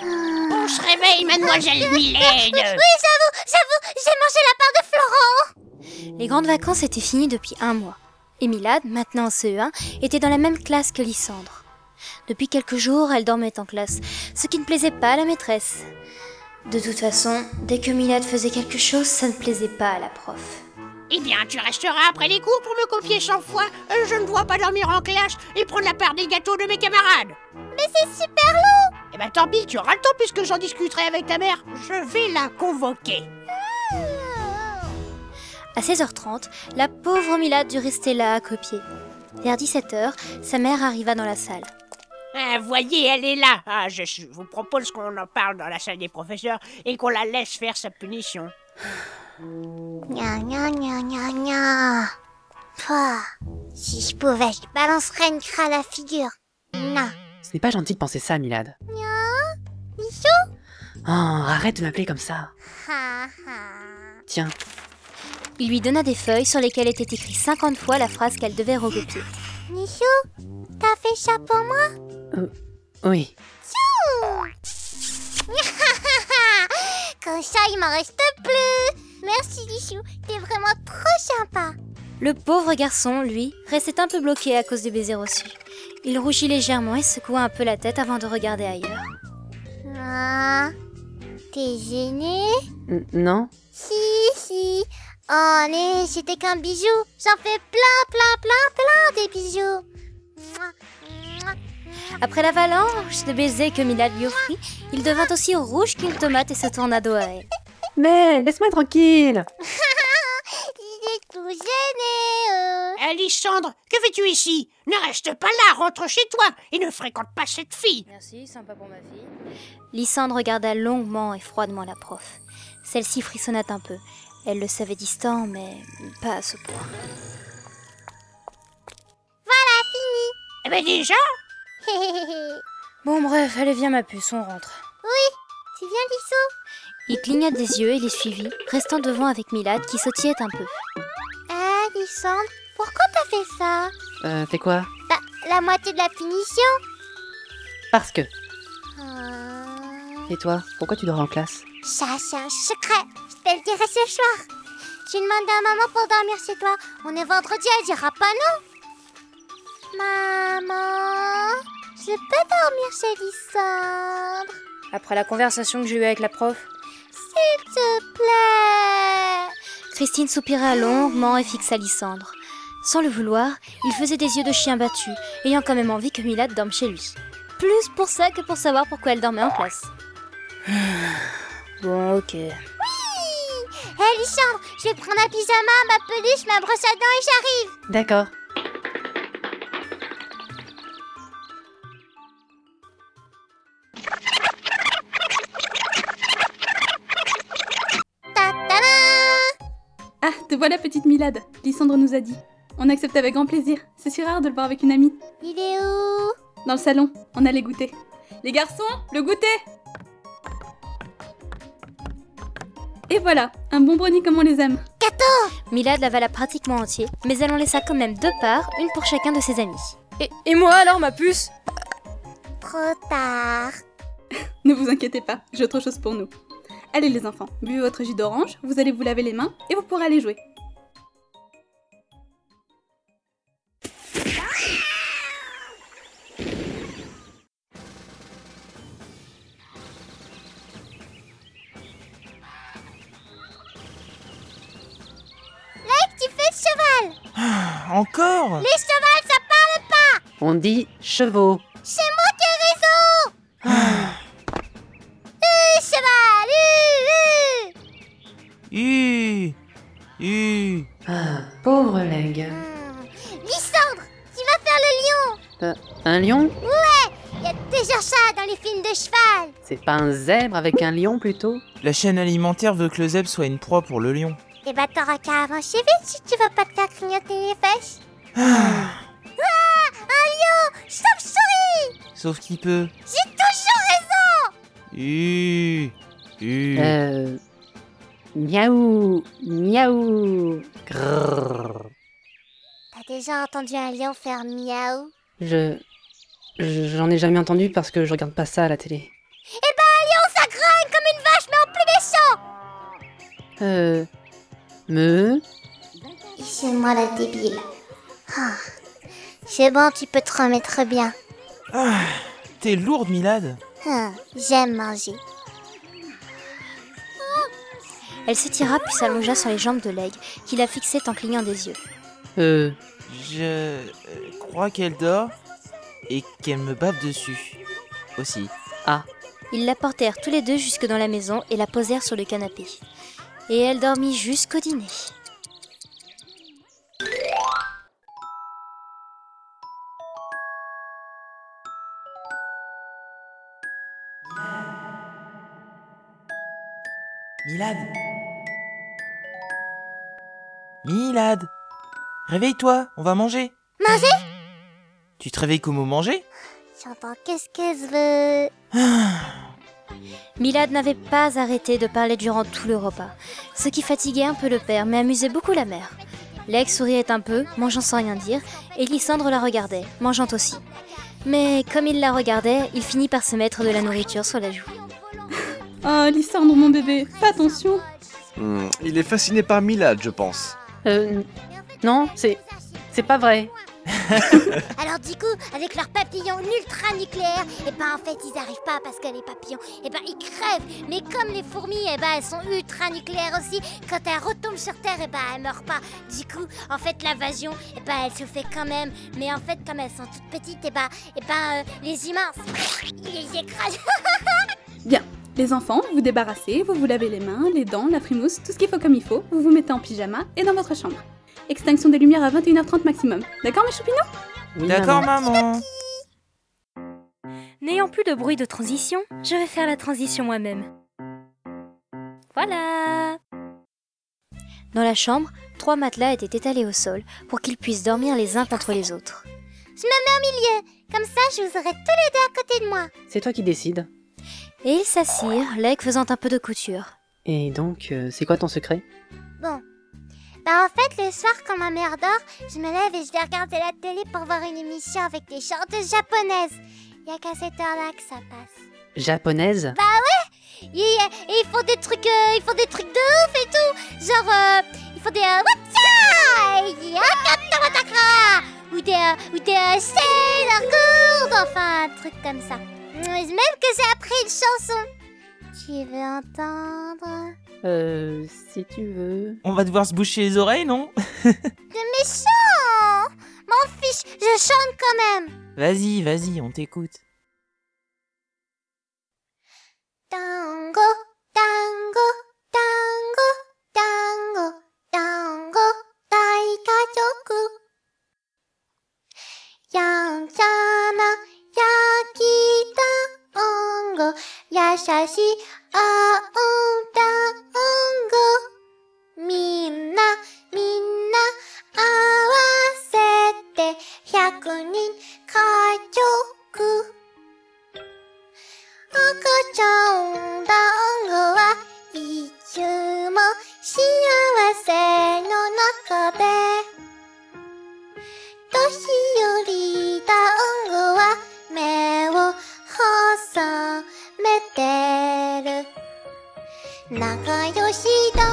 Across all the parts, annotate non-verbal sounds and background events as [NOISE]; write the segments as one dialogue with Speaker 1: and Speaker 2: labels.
Speaker 1: On se réveille, mademoiselle Milène
Speaker 2: Oui, j'avoue, j'avoue, j'ai mangé la part de Florent
Speaker 3: Les grandes vacances étaient finies depuis un mois. Et Milad, maintenant en CE1, était dans la même classe que Lysandre. Depuis quelques jours, elle dormait en classe, ce qui ne plaisait pas à la maîtresse. De toute façon, dès que Milad faisait quelque chose, ça ne plaisait pas à la prof.
Speaker 1: Eh bien, tu resteras après les cours pour me copier sans fois. Euh, Je ne dois pas dormir en classe et prendre la part des gâteaux de mes camarades.
Speaker 2: Mais c'est super long
Speaker 1: Eh ben tant pis, tu auras le temps puisque j'en discuterai avec ta mère. Je vais la convoquer.
Speaker 3: À 16h30, la pauvre Milad dut rester là à copier. Vers 17h, sa mère arriva dans la salle.
Speaker 1: Ah, voyez, elle est là. Ah, je je vous propose qu'on en parle dans la salle des professeurs et qu'on la laisse faire sa punition.
Speaker 2: Gna gna gna gna gna Pouah. Si je pouvais, je balancerais une cra à la figure Non
Speaker 4: Ce n'est pas gentil de penser ça, Milad.
Speaker 2: Michou
Speaker 4: Oh, arrête de m'appeler comme ça.
Speaker 2: Ha, ha.
Speaker 4: Tiens,
Speaker 3: Il lui donna des feuilles sur lesquelles était écrite 50 fois la phrase qu'elle devait recopier.
Speaker 2: Michou, t'as fait ça pour moi
Speaker 4: oui.
Speaker 2: Comme ça, il m'en reste plus Merci Michou, t'es vraiment trop sympa
Speaker 3: Le pauvre garçon, lui, restait un peu bloqué à cause du baiser reçu. Il rougit légèrement et secoua un peu la tête avant de regarder ailleurs.
Speaker 2: Ah, t'es gêné
Speaker 4: N- non
Speaker 2: Si, si. Oh, allez, c'était qu'un [LAUGHS] bijou. J'en fais plein, plein, plein, plein des bijoux. Mouah, mouah.
Speaker 3: Après l'avalanche de baisers que Milad lui offrit, il devint aussi rouge qu'une tomate et se tourna dos à elle.
Speaker 4: Mais laisse-moi tranquille
Speaker 2: Il est tout gêné. euh.
Speaker 1: Alissandre, que fais-tu ici Ne reste pas là, rentre chez toi et ne fréquente pas cette fille.
Speaker 3: Merci, sympa pour ma fille. Lysandre regarda longuement et froidement la prof. Celle-ci frissonna un peu. Elle le savait distant, mais pas à ce point.
Speaker 1: Eh ben déjà
Speaker 3: Bon bref, allez viens ma puce, on rentre.
Speaker 2: tu viens Lissou
Speaker 3: Il cligna des yeux et les suivit, restant devant avec Milad qui sautillait un peu.
Speaker 2: Eh, Lissandre, pourquoi t'as fait ça
Speaker 4: Euh, fais quoi
Speaker 2: Bah, la moitié de la finition.
Speaker 4: Parce que.
Speaker 2: Ah.
Speaker 4: Et toi, pourquoi tu dors en classe
Speaker 2: Ça, c'est un secret. Je te le dirai ce soir. J'ai demandé à maman pour dormir chez toi. On est vendredi, elle dira pas non. Maman, je peux dormir chez Lissandre,
Speaker 3: Après la conversation que j'ai eue avec la prof,
Speaker 2: s'il te plaît.
Speaker 3: Christine soupira longuement et fixa Lysandre. Sans le vouloir, il faisait des yeux de chien battu, ayant quand même envie que Milad dorme chez lui. Plus pour ça que pour savoir pourquoi elle dormait en classe. [SIGHS] Bon, ok.
Speaker 2: Hé Lissandre, je vais prendre un pyjama, ma peluche, ma brosse à dents et j'arrive.
Speaker 4: D'accord.
Speaker 2: Ta ta
Speaker 5: Ah, te voilà petite Milad, Lysandre nous a dit. On accepte avec grand plaisir, c'est si rare de le voir avec une amie.
Speaker 2: Il est où
Speaker 5: Dans le salon, on allait goûter. Les garçons, le goûter Et voilà, un bon brownie comme on les aime.
Speaker 3: Milad l'avala pratiquement entier, mais elle en laissa quand même deux parts, une pour chacun de ses amis. Et, et moi alors, ma puce
Speaker 2: Trop tard.
Speaker 5: Ne vous inquiétez pas, j'ai autre chose pour nous. Allez les enfants, buvez votre jus d'orange, vous allez vous laver les mains et vous pourrez aller jouer.
Speaker 2: Tu fais le cheval.
Speaker 6: Encore
Speaker 2: Les chevals, ça
Speaker 4: On dit chevaux.
Speaker 2: C'est moi qui ai raison Le cheval hu, hu.
Speaker 6: U U
Speaker 4: Ah, pauvre leg.
Speaker 2: Hmm. Lysandre, tu vas faire le lion
Speaker 4: Euh, Un lion
Speaker 2: Il y a déjà ça dans les films de cheval
Speaker 4: C'est pas un zèbre avec un lion plutôt
Speaker 6: La chaîne alimentaire veut que le zèbre soit une proie pour le lion.
Speaker 2: Et bah t'auras qu'à avancer vite si tu veux pas te faire clignoter les fesses Ah Un lion Chauve-souris
Speaker 6: sauf qu'il peut. J'ai toujours raison Hu
Speaker 4: Euh. Miaou Miaou Grrr.
Speaker 2: T'as déjà entendu un lion faire miaou
Speaker 7: Je. je- J'en ai jamais entendu parce que je regarde pas ça à la télé.
Speaker 2: Non, Oh, ça grogne comme une vache, mais en plus méchant
Speaker 4: Euh. Me.
Speaker 2: Et c'est moi la débile. Ah. C'est bon, tu peux te remettre bien.
Speaker 6: T'es lourde, Milad
Speaker 2: Hum, J'aime manger.
Speaker 3: Elle s'étira puis s'allongea sur les jambes de Leg, qui la fixait en clignant des yeux.
Speaker 4: Euh.
Speaker 6: Je euh, crois qu'elle dort et qu'elle me bave dessus. Aussi.
Speaker 3: Ils la portèrent tous les deux jusque dans la maison et la posèrent sur le canapé. Et elle dormit jusqu'au dîner.
Speaker 6: Milad Milad Réveille-toi, on va manger
Speaker 2: Manger
Speaker 6: Tu te réveilles comment manger
Speaker 2: J'entends qu'est-ce que je veux.
Speaker 3: Milad n'avait pas arrêté de parler durant tout le repas, ce qui fatiguait un peu le père mais amusait beaucoup la mère. Lex souriait un peu, mangeant sans rien dire, et Lysandre la regardait, mangeant aussi. Mais comme il la regardait, il finit par se mettre de la nourriture sur la joue.
Speaker 5: Oh, Lysandre, mon bébé, fais attention
Speaker 8: Hmm, il est fasciné par Milad, je pense.
Speaker 7: Euh. Non, c'est. C'est pas vrai.
Speaker 2: Alors du coup, avec leurs papillons ultra nucléaires, et ben en fait ils arrivent pas parce que les papillons, et ben ils crèvent. Mais comme les fourmis, et ben elles sont ultra nucléaires aussi. Quand elles retombent sur Terre, et ben elles meurent pas. Du coup, en fait l'invasion, et ben elle se fait quand même. Mais en fait comme elles sont toutes petites, et ben, et ben euh, les humains, ils les écrasent.
Speaker 5: Les enfants, vous débarrassez, vous vous lavez les mains, les dents, la frimousse, tout ce qu'il faut comme il faut, vous vous mettez en pyjama et dans votre chambre. Extinction des lumières à 21h30 maximum. D'accord mes choupinons
Speaker 7: Oui,
Speaker 6: D'accord,
Speaker 7: maman.
Speaker 6: maman
Speaker 3: N'ayant plus de bruit de transition, je vais faire la transition moi-même. Voilà Dans la chambre, trois matelas étaient étalés au sol pour qu'ils puissent dormir les uns contre les autres.
Speaker 2: Comme ça, je vous aurai tous les deux à côté de moi.
Speaker 7: C'est toi qui décides.
Speaker 3: Et ils s'assirent, Leg faisant un peu de couture.
Speaker 7: Et donc, euh, c'est quoi ton secret
Speaker 2: Bah en fait, le soir quand ma mère dort, je me lève et je vais regarder la télé pour voir une émission avec des chanteuses japonaises. Y a qu'à cette heure-là que ça passe.
Speaker 7: Japonaise
Speaker 2: Et, euh, et ils font des trucs, euh, ils font des trucs de ouf et tout. Genre, euh, ils font des euh, Watcha et Akatamataka ou des euh, ou des euh, Sailor Gourde, enfin un truc comme ça. Mm, Même que j'ai appris une chanson. Tu veux entendre
Speaker 7: Euh. Si tu veux.
Speaker 6: On va devoir se boucher les oreilles, non
Speaker 2: De méchant M'en fiche, je chante quand même.
Speaker 6: Vas-y, vas-y, on t'écoute.
Speaker 2: Tango, tango, tango, tango, tango, daikajoku. Yanchana, yakita, ongo, yashashi, aonda, ongo. Minna, minna, awasete, hyakunin, kajoku. 赤ちゃんだんごはいつも幸せの中で年寄りだんごは目を細めてる仲良しだ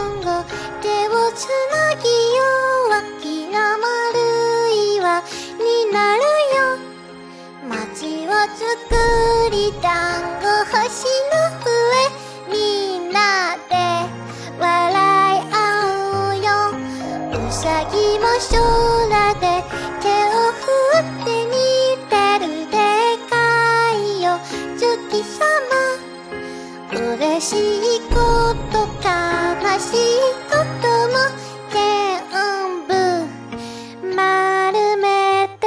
Speaker 2: んご手をつなぎよう大きな丸い輪になるよ街を作り団子星の上みんなで笑い合おうようさぎも空で手を振って見てるでかいよ月様嬉しいこと悲しいことも全部丸めて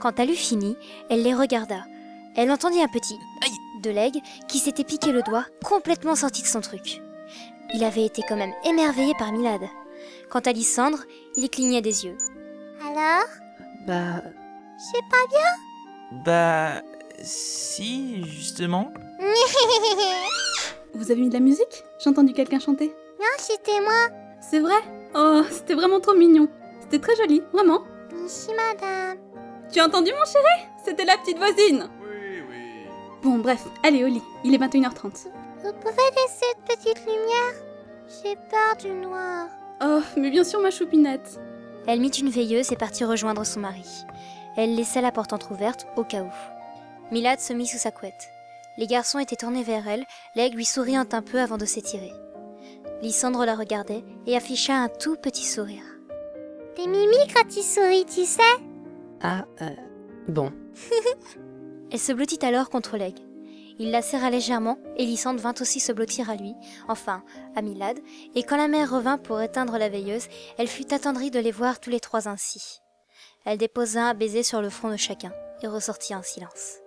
Speaker 3: Quand elle eut fini, elle les regarda. Elle entendit un petit aïe de Leg qui s'était piqué le doigt, complètement sorti de son truc. Il avait été quand même émerveillé par Milad. Quant à Lysandre, il clignait des yeux.
Speaker 2: Alors
Speaker 7: Bah,
Speaker 2: C'est pas
Speaker 6: Bah, si, justement.
Speaker 2: bien.
Speaker 5: Vous avez mis de la musique J'ai entendu quelqu'un chanter.
Speaker 2: non, c'était moi.
Speaker 5: C'est vrai Oh, c'était vraiment trop mignon. C'était très joli, vraiment.
Speaker 2: Ici, madame.
Speaker 5: Tu as entendu mon chéri C'était la petite voisine
Speaker 8: Oui, oui.
Speaker 5: Bon, bref, allez au lit. Il est 21h30.
Speaker 2: Vous pouvez laisser cette petite lumière J'ai peur du noir.
Speaker 5: Oh, mais bien sûr, ma choupinette.
Speaker 3: Elle mit une veilleuse et partit rejoindre son mari. Elle laissa la porte entr'ouverte au cas où. Milad se mit sous sa couette. Les garçons étaient tournés vers elle, l'aigle lui souriant un peu avant de s'étirer. Lysandre la regardait et afficha un tout petit sourire.
Speaker 2: T'es mimi quand il sourit, tu sais
Speaker 7: ah, euh, bon.
Speaker 3: Elle se blottit alors contre l'aigle. Il la serra légèrement et Lysandre vint aussi se blottir à lui, enfin à Milad, et quand la mère revint pour éteindre la veilleuse, elle fut attendrie de les voir tous les trois ainsi. Elle déposa un baiser sur le front de chacun et ressortit en silence.